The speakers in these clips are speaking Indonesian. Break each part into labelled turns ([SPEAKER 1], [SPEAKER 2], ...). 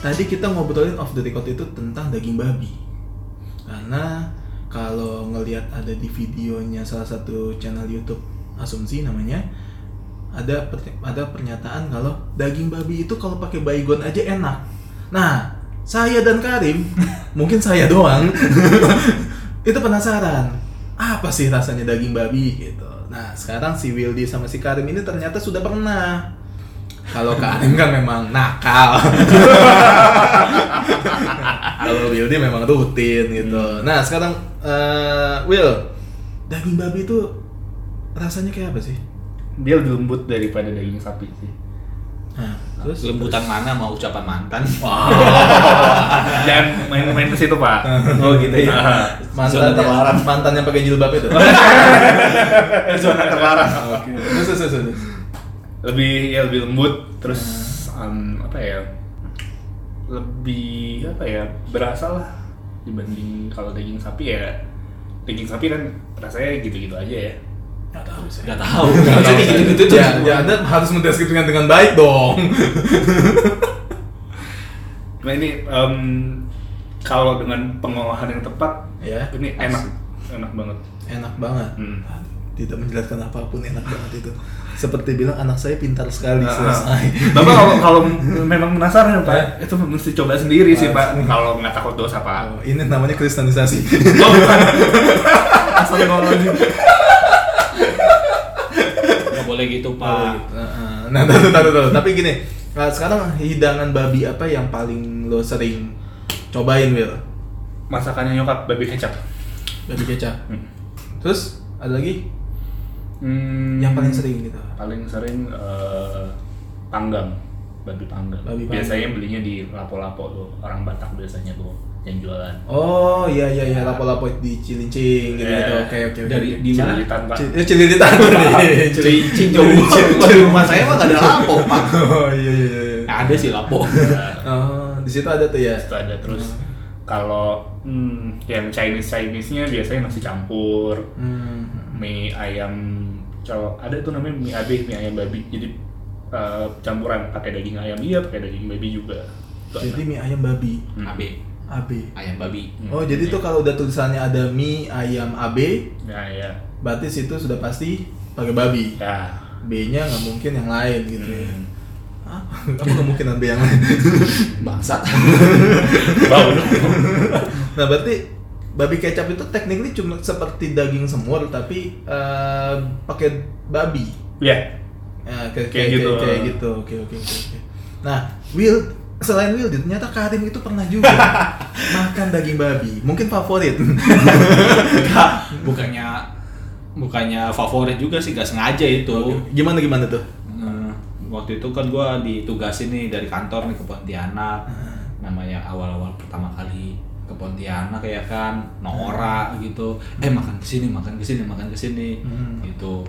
[SPEAKER 1] tadi kita ngobrolin off the record itu tentang daging babi. Karena kalau ngelihat ada di videonya salah satu channel YouTube asumsi namanya ada per- ada pernyataan kalau daging babi itu kalau pakai baygon aja enak. Nah, saya dan Karim, mungkin saya doang, itu penasaran apa sih rasanya daging babi gitu. Nah, sekarang si Wildy sama si Karim ini ternyata sudah pernah. Kalau Karim kan memang nakal. Kalau Wildy memang rutin gitu. Nah, sekarang eh, Will, daging babi itu rasanya kayak apa sih?
[SPEAKER 2] Dia lebih lembut daripada daging sapi sih.
[SPEAKER 1] Nah, terus
[SPEAKER 3] Lembutan mana mau ucapan mantan?
[SPEAKER 2] Jangan main-main ke situ pak.
[SPEAKER 1] Oh gitu ya. Mantan
[SPEAKER 3] Zona terlarang.
[SPEAKER 1] mantan yang pakai jilbab itu.
[SPEAKER 2] Zona terlarang.
[SPEAKER 1] Oke. Terus terus terus.
[SPEAKER 2] Lebih ya lebih lembut terus um, apa ya? Lebih apa ya? Berasa lah dibanding kalau daging sapi ya. Daging sapi kan rasanya gitu-gitu aja ya.
[SPEAKER 1] Enggak tahu sih.
[SPEAKER 3] Gak tahu.
[SPEAKER 2] Nggak tahu.
[SPEAKER 3] Maksudnya kayak gitu-gitu tuh.
[SPEAKER 1] ya, ya Anda harus mendeskripsikan dengan baik dong.
[SPEAKER 2] Cuma ini em, kalau dengan pengolahan yang tepat,
[SPEAKER 1] Ya.
[SPEAKER 2] ini enak, enak banget.
[SPEAKER 1] Enak banget.
[SPEAKER 2] Hmm.
[SPEAKER 1] Tidak menjelaskan apapun enak banget itu. Seperti bilang anak saya pintar sekali
[SPEAKER 2] Nah,
[SPEAKER 1] selesai.
[SPEAKER 2] Bapak kalau kalau memang penasaran
[SPEAKER 1] Eh.
[SPEAKER 2] Pak, itu mesti coba
[SPEAKER 1] Ah,
[SPEAKER 2] sendiri sih Pak. Kalau nggak takut dosa Pak.
[SPEAKER 1] Oh, ini namanya kristenisasi.
[SPEAKER 2] Oh, bukan. Astagfirullahaladzim.
[SPEAKER 3] Gak boleh gitu
[SPEAKER 1] Oh,
[SPEAKER 3] pak.
[SPEAKER 1] gitu. Nah, taruh, taruh, taruh. Tapi gini, nah, sekarang hidangan babi apa yang paling lo sering cobain, Will?
[SPEAKER 2] Masakannya nyokap babi kecap.
[SPEAKER 1] Babi kecap.
[SPEAKER 2] Hmm.
[SPEAKER 1] Terus ada lagi
[SPEAKER 2] Hmm,
[SPEAKER 1] yang paling sering gitu.
[SPEAKER 2] Paling sering eh, panggang babi panggang.
[SPEAKER 1] Babi panggang.
[SPEAKER 2] biasanya belinya di lapo-lapo tuh orang Batak biasanya tuh yang jualan.
[SPEAKER 1] Oh iya iya iya lapo-lapo di cilincing gitu gitu.
[SPEAKER 2] Iya.
[SPEAKER 1] Oke oke. oke.
[SPEAKER 3] Dari di mana?
[SPEAKER 2] Cililitan, Pak.
[SPEAKER 1] Ci- eh, cililitan.
[SPEAKER 3] Cincin jauh. Di rumah saya mah gak ada lapo pak.
[SPEAKER 1] Oh iya iya iya.
[SPEAKER 3] Ada sih lapo.
[SPEAKER 2] Nah,
[SPEAKER 1] Oh, di situ ada tuh ya.
[SPEAKER 2] itu ada terus kalau hmm, yang Chinese Chinese nya biasanya nasi campur
[SPEAKER 1] Hmm.
[SPEAKER 2] mie ayam kalau ada tuh namanya mie abe mie ayam babi jadi eh, campuran pakai daging ayam iya pakai daging babi juga Itu
[SPEAKER 1] Jadi
[SPEAKER 2] enak.
[SPEAKER 1] mie ayam babi,
[SPEAKER 2] Hmm.
[SPEAKER 3] AB,
[SPEAKER 1] AB.
[SPEAKER 3] ayam babi.
[SPEAKER 2] Hmm.
[SPEAKER 1] Oh jadi tuh kalau udah tulisannya ada mie ayam AB,
[SPEAKER 2] ya ya
[SPEAKER 1] berarti situ sudah pasti pakai babi.
[SPEAKER 2] ya
[SPEAKER 1] B-nya nggak mungkin yang lain gitu. ya.
[SPEAKER 2] Hmm.
[SPEAKER 1] Hah? Apa kemungkinan B yang lain? Hmm.
[SPEAKER 3] Bangsat.
[SPEAKER 2] bau dong.
[SPEAKER 1] nah berarti babi kecap itu technically cuma seperti daging semur tapi eh, pakai babi.
[SPEAKER 2] ya
[SPEAKER 1] Ya, kayak,
[SPEAKER 2] Kayak
[SPEAKER 1] kayak-
[SPEAKER 2] gitu.
[SPEAKER 1] kayak- kayak gitu. Oke oke oke. oke. Nah Will selain Will ternyata Karim itu pernah juga makan daging babi. Mungkin favorit.
[SPEAKER 3] Nggak, bukannya bukannya favorit juga sih gak sengaja itu.
[SPEAKER 1] Oh, gimana gimana tuh?
[SPEAKER 3] Eh, waktu itu kan gue ditugasin nih dari kantor nih ke Pontianak
[SPEAKER 1] Hmm.
[SPEAKER 3] namanya awal-awal pertama kali ke Pontianak ya kan Nora gitu eh makan kesini makan kesini makan kesini
[SPEAKER 1] Hmm.
[SPEAKER 3] gitu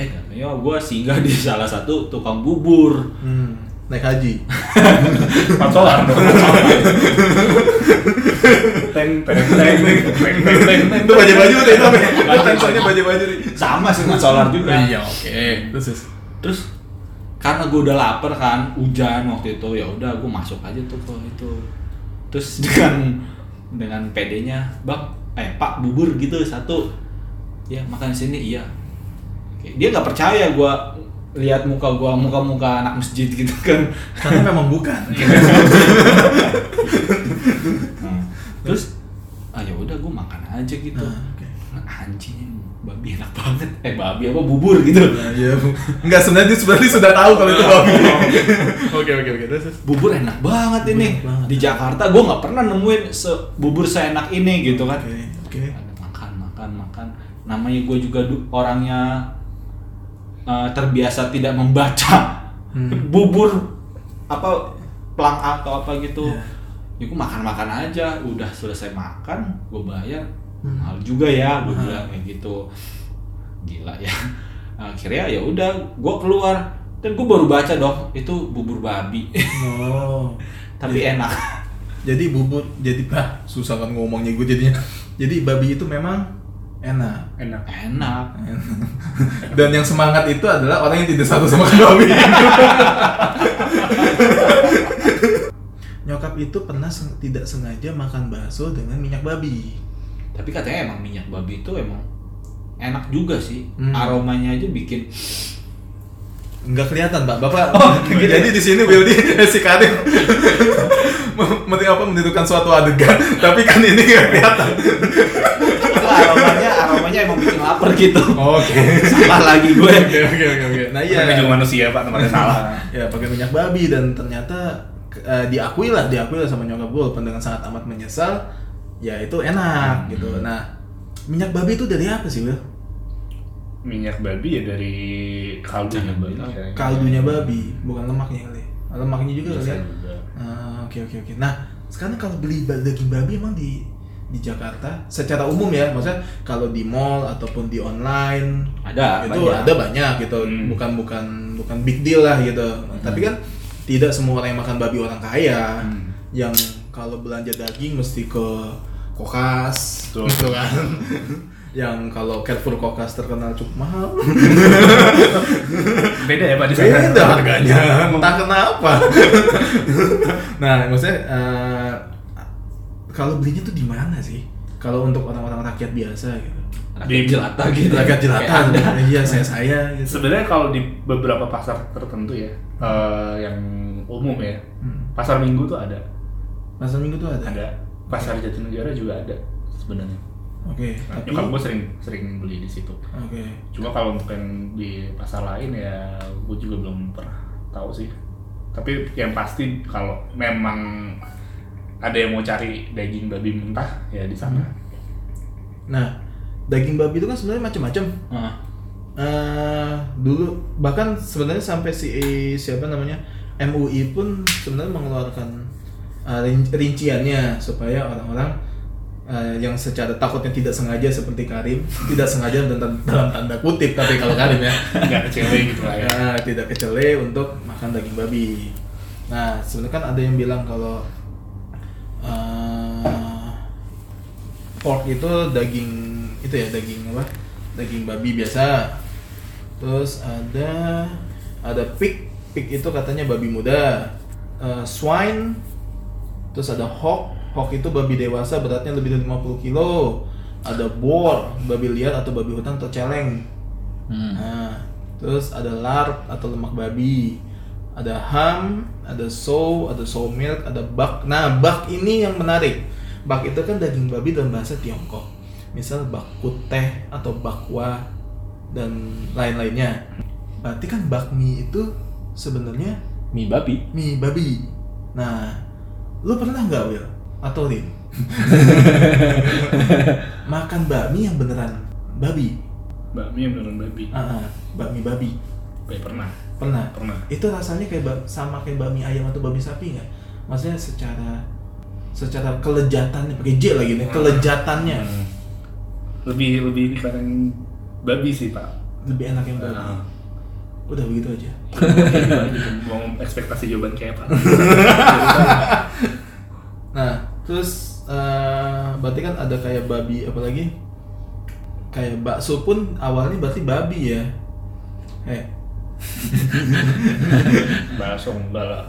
[SPEAKER 3] eh katanya gue singgah di salah satu tukang bubur
[SPEAKER 1] Hmm, naik haji.
[SPEAKER 2] empat solar dong teng teng teng teng teng teng teng teng.
[SPEAKER 1] itu baju-baju deh tapi tensornya baju-baju deh.
[SPEAKER 3] sama sih mas solar juga
[SPEAKER 1] Iya oke. Terus terus.
[SPEAKER 3] terus karena gue udah lapar kan hujan waktu itu ya udah gue masuk aja tuh ke itu terus dengan dengan PD-nya bang eh pak bubur gitu satu ya makan di sini iya Oke, dia nggak percaya gue lihat muka gue muka muka anak masjid gitu kan
[SPEAKER 1] karena memang bukan. Iya,
[SPEAKER 3] Hmm. terus ah ya udah gue makan aja gitu
[SPEAKER 1] Ah, oke.
[SPEAKER 3] anjingnya babi enak banget eh babi apa bubur gitu
[SPEAKER 1] Nah, Iya, Bu. Enggak sebenarnya dia sebenarnya sudah tahu kalau itu babi. Oh. Oke, oke, oke. Terus terus.
[SPEAKER 3] bubur enak banget ini
[SPEAKER 1] Enak banget.
[SPEAKER 3] di Jakarta gue nggak pernah nemuin se- bubur seenak ini gitu kan
[SPEAKER 1] Oke, oke.
[SPEAKER 3] makan makan makan namanya gue juga du- orangnya eh, terbiasa tidak membaca
[SPEAKER 1] Hmm.
[SPEAKER 3] bubur apa pelang atau apa gitu
[SPEAKER 1] Iya.
[SPEAKER 3] ya gue makan makan aja udah selesai makan gue bayar
[SPEAKER 1] Hmm.
[SPEAKER 3] mahal juga ya gue bilang kayak gitu gila ya akhirnya ya udah gue keluar dan gue baru baca dong itu bubur babi
[SPEAKER 1] Oh.
[SPEAKER 3] tapi enak
[SPEAKER 1] Jadi bubur jadi bah, susah kan ngomongnya gue jadinya. Jadi babi itu memang enak.
[SPEAKER 2] enak
[SPEAKER 3] enak
[SPEAKER 1] Dan yang semangat itu adalah orang yang tidak satu sama babi. nyokap itu pernah seng- tidak sengaja makan bakso dengan minyak babi.
[SPEAKER 3] Tapi katanya emang minyak babi itu emang enak juga sih.
[SPEAKER 1] Hmm.
[SPEAKER 3] Aromanya aja bikin
[SPEAKER 1] Nggak kelihatan, Pak. Bapak. Jadi di sini Wildy si Karim mem- men- apa menentukan suatu adegan, tapi kan ini nggak kelihatan.
[SPEAKER 3] aromanya aromanya emang bikin lapar gitu.
[SPEAKER 1] Oke.
[SPEAKER 3] Salah lagi gue.
[SPEAKER 1] Oke, oke, oke, oke. Nah, iya.
[SPEAKER 2] Mereka juga manusia pak, tempatnya salah.
[SPEAKER 1] ya pakai minyak babi dan ternyata eh, diakui lah diakui lah sama nyokap gue walaupun dengan sangat amat menyesal ya itu enak gitu nah minyak babi itu dari apa sih Will?
[SPEAKER 2] Minyak babi ya dari kaldu Iya,
[SPEAKER 3] Jangan bilang.
[SPEAKER 1] kaldunya babi bukan lemaknya kali Ah, lemaknya juga kali ya
[SPEAKER 2] Bisa juga.
[SPEAKER 1] Ah, oke oke oke nah sekarang kalau beli ba- daging babi emang di di Jakarta secara umum ya maksudnya kalau di mall ataupun di online
[SPEAKER 3] Ada.
[SPEAKER 1] itu
[SPEAKER 3] banyak.
[SPEAKER 1] ada banyak gitu
[SPEAKER 2] Hmm.
[SPEAKER 1] bukan bukan bukan big deal lah gitu tapi kan tidak semua orang yang makan babi orang kaya
[SPEAKER 3] Hmm.
[SPEAKER 1] yang kalau belanja daging mesti ke kokas
[SPEAKER 2] Betul.
[SPEAKER 1] gitu kan yang kalau Carrefour kokas terkenal cukup mahal
[SPEAKER 2] Beda ya pak di sana.
[SPEAKER 1] beda harganya entah kenapa nah maksudnya eh, kalau belinya tuh di mana sih kalau untuk orang-orang rakyat biasa gitu
[SPEAKER 3] Di jelata gitu.
[SPEAKER 1] rakyat
[SPEAKER 3] Kayak
[SPEAKER 1] jelata
[SPEAKER 3] ada.
[SPEAKER 1] iya saya saya gitu
[SPEAKER 2] Sebenarnya kalau di beberapa pasar tertentu ya, eh, yang umum ya,
[SPEAKER 1] Hmm.
[SPEAKER 2] pasar minggu tuh ada,
[SPEAKER 1] Pasar minggu tuh ada
[SPEAKER 2] ada. Pasar Jatinegara juga ada sebenarnya.
[SPEAKER 1] Oke,
[SPEAKER 2] Nah,
[SPEAKER 1] tapi
[SPEAKER 2] Nyokap
[SPEAKER 1] oke.
[SPEAKER 2] gue sering sering beli di situ. Cuma kalau untuk yang di pasar lain ya, gue juga belum pernah tahu sih. Tapi yang pasti kalau memang ada yang mau cari daging babi mentah ya di sana.
[SPEAKER 1] Nah, daging babi itu kan sebenarnya macam-macam.
[SPEAKER 3] Ah.
[SPEAKER 1] Eh, dulu bahkan sebenarnya sampai si siapa namanya MUI pun sebenarnya mengeluarkan eh, rin- rinciannya supaya orang-orang eh, yang secara takutnya tidak sengaja seperti Karim tidak sengaja dan dan- dalam tanda kutip tapi kalau Karim ya
[SPEAKER 2] Nggak kecewa gitu lah ya.
[SPEAKER 1] Nah, tidak kecele untuk makan daging babi. Nah, sebenarnya kan ada yang bilang kalau eh, pork itu daging itu ya daging apa? Daging babi biasa. Terus ada ada pig, pig itu katanya babi muda. Eh, swine terus ada hawk, hawk itu babi dewasa beratnya lebih dari 50 kilo. Ada boar, babi liar atau babi hutan atau celeng.
[SPEAKER 3] Hmm.
[SPEAKER 1] Nah, terus ada larp atau lemak babi, ada ham, ada sow, ada sow milk, ada bak. Nah, bak ini yang menarik. Bak itu kan daging babi dalam bahasa Tiongkok. Misal bakut teh atau bakwa dan lain-lainnya. Berarti kan bakmi itu sebenarnya
[SPEAKER 3] Mie babi.
[SPEAKER 1] mie babi. Nah, lu pernah nggak Will atau Rin makan bakmi yang beneran babi?
[SPEAKER 2] Bakmi yang beneran babi.
[SPEAKER 1] Ah, ah, bakmi babi.
[SPEAKER 2] Ya, pernah,
[SPEAKER 1] Pernah?
[SPEAKER 2] pernah.
[SPEAKER 1] itu rasanya kayak ba- sama kayak bami ayam atau babi sapi nggak? Maksudnya secara secara kelejatannya pakai J lagi nih kelejatannya
[SPEAKER 2] Hmm. Lebih lebih dibanding babi sih pak.
[SPEAKER 1] lebih enak yang babi.
[SPEAKER 2] Nah,
[SPEAKER 1] Udah begitu aja.
[SPEAKER 2] mau ekspektasi jawaban kayak apa?
[SPEAKER 1] Nah terus eh, berarti kan ada kayak babi apa lagi? Kayak bakso pun awalnya berarti babi ya. Eh
[SPEAKER 2] Bakso bala.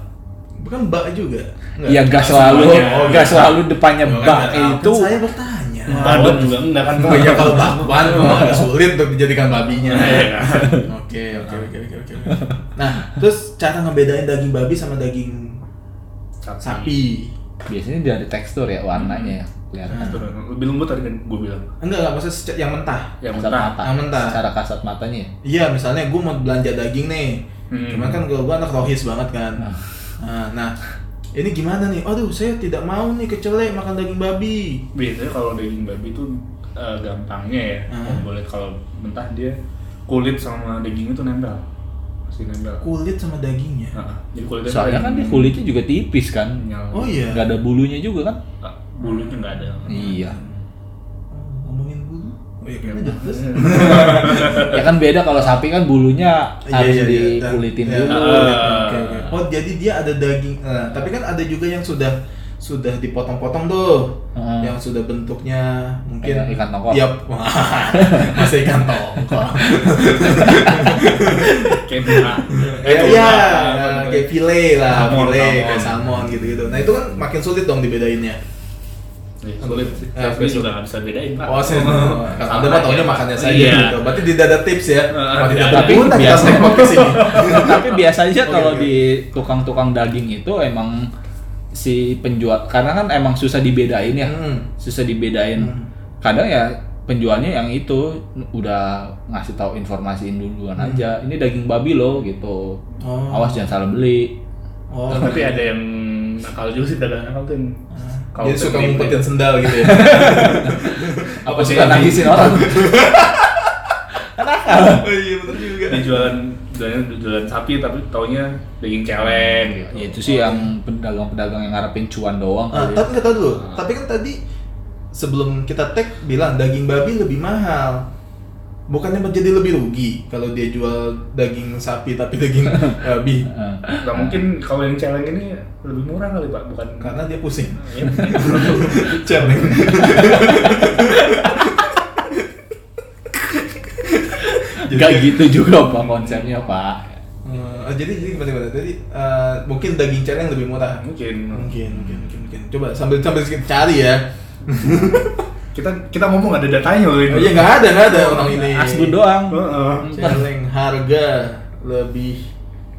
[SPEAKER 1] bukan bak juga? Nggak?
[SPEAKER 3] Ya gak selalu,
[SPEAKER 2] semuanya.
[SPEAKER 3] gak selalu depannya
[SPEAKER 1] Nggak,
[SPEAKER 3] bak
[SPEAKER 1] kan
[SPEAKER 3] itu.
[SPEAKER 1] saya bertanya.
[SPEAKER 2] Badut juga enggak kan?
[SPEAKER 1] Oh iya kalau bakwan memang agak sulit untuk dijadikan babinya.
[SPEAKER 2] Iya.
[SPEAKER 1] Oke oke oke oke oke. Nah terus cara ngebedain daging babi sama daging sapi?
[SPEAKER 3] Biasanya dari tekstur ya warnanya ya kelihatan.
[SPEAKER 1] Nah.
[SPEAKER 2] Lebih lembut tadi kan gue bilang. Ya,
[SPEAKER 1] Enggak enggak maksudnya sece- yang mentah.
[SPEAKER 2] Yang
[SPEAKER 3] Kasat
[SPEAKER 2] mentah.
[SPEAKER 3] mata.
[SPEAKER 1] Yang mentah.
[SPEAKER 3] Secara kasat matanya. ya.
[SPEAKER 1] Iya misalnya gue mau belanja daging nih,
[SPEAKER 2] Hmm.
[SPEAKER 1] cuman kan gue anak rohis banget kan.
[SPEAKER 3] Nah.
[SPEAKER 1] Nah, nah ini gimana nih? Aduh saya tidak mau nih kecelek makan daging babi.
[SPEAKER 2] Biasanya kalau daging babi tuh eh, gampangnya ya.
[SPEAKER 1] Hmm.
[SPEAKER 2] Kalau boleh kalau mentah dia kulit sama dagingnya tuh nempel. Masih nempel.
[SPEAKER 1] Kulit sama dagingnya.
[SPEAKER 2] Nah, jadi kulitnya
[SPEAKER 3] Soalnya kan dia kulitnya juga tipis kan.
[SPEAKER 2] nyala.
[SPEAKER 1] Oh iya.
[SPEAKER 3] Gak ada bulunya juga kan?
[SPEAKER 2] Ah, Bulunya nggak ada.
[SPEAKER 3] Iya.
[SPEAKER 1] Oh, Ngomongin bulu. Oh iya kan terus.
[SPEAKER 3] ya kan beda kalau sapi kan bulunya harus dikulitin
[SPEAKER 1] Iya, Dan-
[SPEAKER 3] dulu.
[SPEAKER 1] iya,
[SPEAKER 2] Ah.
[SPEAKER 1] oke, oke. Oh jadi dia ada daging, eh, tapi kan ada juga yang sudah sudah dipotong-potong tuh,
[SPEAKER 3] Ah.
[SPEAKER 1] yang sudah bentuknya mungkin
[SPEAKER 3] Kayak ikan tongkol.
[SPEAKER 1] Tiap masih ikan tongkol.
[SPEAKER 2] Kayak tuna.
[SPEAKER 1] Iya,
[SPEAKER 2] Eh, tuna.
[SPEAKER 1] kayak file lah,
[SPEAKER 2] Salmon,
[SPEAKER 1] file
[SPEAKER 2] salmon.
[SPEAKER 1] kayak salmon gitu-gitu. Nah itu kan makin sulit dong dibedainnya.
[SPEAKER 2] Ya, sulit sih.
[SPEAKER 1] Eh,
[SPEAKER 2] Tapi
[SPEAKER 1] sulit.
[SPEAKER 2] juga nggak bisa bedain pak.
[SPEAKER 1] Oh, saya Kalau Anda mah taunya makannya saja
[SPEAKER 2] Iya.
[SPEAKER 1] gitu. Berarti tidak ada tips ya. Kalau tidak ada
[SPEAKER 3] tapi
[SPEAKER 1] pun kita
[SPEAKER 3] biasa.
[SPEAKER 1] snack box di sini.
[SPEAKER 3] tapi biasanya
[SPEAKER 1] Oke,
[SPEAKER 3] kalau
[SPEAKER 1] oke.
[SPEAKER 3] di tukang-tukang daging itu emang si penjual karena kan emang susah dibedain ya
[SPEAKER 1] Hmm.
[SPEAKER 3] susah dibedain
[SPEAKER 1] Hmm.
[SPEAKER 3] kadang ya penjualnya yang itu udah ngasih tahu informasiin duluan aja ini daging babi loh gitu
[SPEAKER 1] Hmm. Oh.
[SPEAKER 3] awas jangan salah beli
[SPEAKER 1] Oh.
[SPEAKER 2] Tapi ada yang nakal juga sih dagang nakal tuh. yang-
[SPEAKER 1] Jadi
[SPEAKER 2] kalau
[SPEAKER 1] Ah. suka
[SPEAKER 2] pengen-
[SPEAKER 1] ngumpetin sendal gitu ya.
[SPEAKER 3] apa
[SPEAKER 2] Oh,
[SPEAKER 3] sih
[SPEAKER 2] iya, iya.
[SPEAKER 3] nangisin orang
[SPEAKER 1] Oh iya benar juga.
[SPEAKER 2] Di jualan jualan jualan sapi tapi taunya daging celeng gitu.
[SPEAKER 3] ya, itu sih yang pedagang-pedagang yang ngarepin cuan doang
[SPEAKER 1] Ah,
[SPEAKER 3] kali ya.
[SPEAKER 1] tapi nggak tahu dulu. Tapi kan tadi sebelum kita tag bilang daging babi lebih mahal. Bukannya menjadi lebih rugi kalau dia jual daging sapi tapi daging babi
[SPEAKER 3] Heeh.
[SPEAKER 2] Nah, mungkin kalau yang celeng ini lebih murah kali pak, bukan
[SPEAKER 1] karena dia pusing.
[SPEAKER 2] Ya, mungkin.
[SPEAKER 1] Cermin.
[SPEAKER 3] nggak gitu juga pak konsepnya pak
[SPEAKER 1] Eh, jadi jadi gimana gimana tadi eh, mungkin daging celeng lebih murah.
[SPEAKER 2] mungkin
[SPEAKER 1] Mungkin, mungkin, mungkin, mungkin. Coba sambil sambil cari ya.
[SPEAKER 2] kita kita ngomong ada datanya loh ini.
[SPEAKER 1] Oh iya nggak ada nggak ada orang ini.
[SPEAKER 3] asbun doang
[SPEAKER 2] Heeh.
[SPEAKER 1] Celeng harga lebih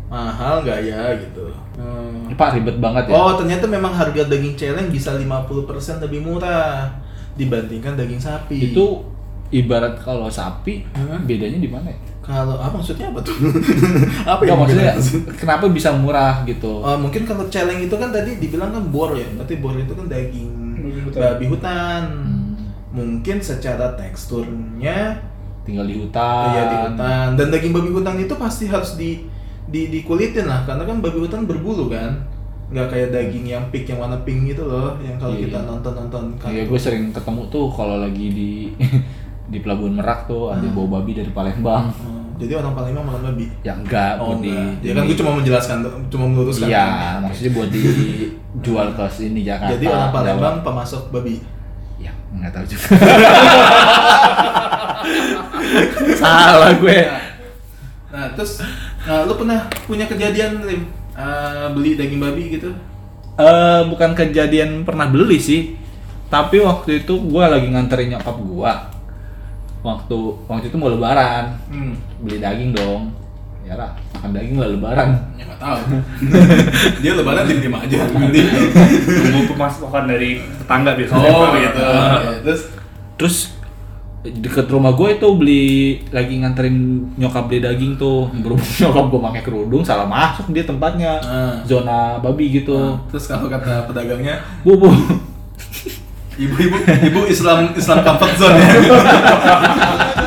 [SPEAKER 1] mahal nggak ya gitu. Hmm.
[SPEAKER 3] pak ribet banget ya
[SPEAKER 1] Oh ternyata memang harga daging celeng bisa 50% lebih murah dibandingkan daging sapi.
[SPEAKER 3] itu ibarat kalau sapi
[SPEAKER 1] Hah?
[SPEAKER 3] bedanya di mana ya?
[SPEAKER 1] kalau apa maksudnya apa tuh? apa
[SPEAKER 3] Nggak,
[SPEAKER 1] yang
[SPEAKER 3] maksudnya
[SPEAKER 1] bedanya?
[SPEAKER 3] kenapa bisa murah gitu?
[SPEAKER 1] Eh, mungkin kalau celeng itu kan tadi dibilang kan bor ya, berarti bor itu kan daging
[SPEAKER 2] Babi hutan.
[SPEAKER 1] babi hutan.
[SPEAKER 3] Hmm,
[SPEAKER 1] Mungkin secara teksturnya
[SPEAKER 3] tinggal di hutan.
[SPEAKER 1] Iya di hutan. Dan daging babi hutan itu pasti harus di di dikulitin lah karena kan babi hutan berbulu kan. Nggak kayak daging yang pink yang warna pink gitu loh yang kalau
[SPEAKER 3] Iya.
[SPEAKER 1] kita nonton-nonton kartun.
[SPEAKER 3] Iya, gue sering ketemu tuh kalau lagi di di Pelabuhan Merak tuh ada
[SPEAKER 1] Hmm.
[SPEAKER 3] bau babi dari Palembang.
[SPEAKER 1] Oh, Jadi orang Palembang makan babi.
[SPEAKER 3] Ya enggak,
[SPEAKER 1] Oh,
[SPEAKER 3] buat di
[SPEAKER 1] enggak. Ya kan gue
[SPEAKER 3] di-
[SPEAKER 1] cuma kan. menjelaskan do- cuma meluruskan.
[SPEAKER 3] Iya,
[SPEAKER 1] Oke.
[SPEAKER 3] maksudnya buat dijual ke sini Jakarta.
[SPEAKER 1] Jadi orang Palembang
[SPEAKER 3] Jawa.
[SPEAKER 1] pemasok babi.
[SPEAKER 3] Ya, nggak tahu juga. Salah gue.
[SPEAKER 1] Iya. Nah, terus nah, lu pernah punya kejadian Lim Eh, beli daging babi gitu?
[SPEAKER 3] eh bukan kejadian pernah beli sih, tapi waktu itu gua lagi nganterin nyokap gua Waktu waktu itu mau lebaran,
[SPEAKER 1] Hmm.
[SPEAKER 3] beli daging dong. Ya lah, makan daging lah lebaran.
[SPEAKER 1] Ya nggak tahu. Dia lebaran diem-diem aja.
[SPEAKER 2] Nunggu pemasukan dari tetangga biasanya.
[SPEAKER 1] oh
[SPEAKER 2] Pak.
[SPEAKER 1] gitu. Oke, Terus
[SPEAKER 3] Terus deket rumah gue itu beli lagi nganterin nyokap beli daging tuh berhubung nyokap gue pakai kerudung salah masuk dia tempatnya
[SPEAKER 1] Ah.
[SPEAKER 3] zona babi gitu
[SPEAKER 1] Terus kalau kata pedagangnya,
[SPEAKER 3] bu bu
[SPEAKER 1] ibu-ibu ibu Islam Islam comfort zone ya.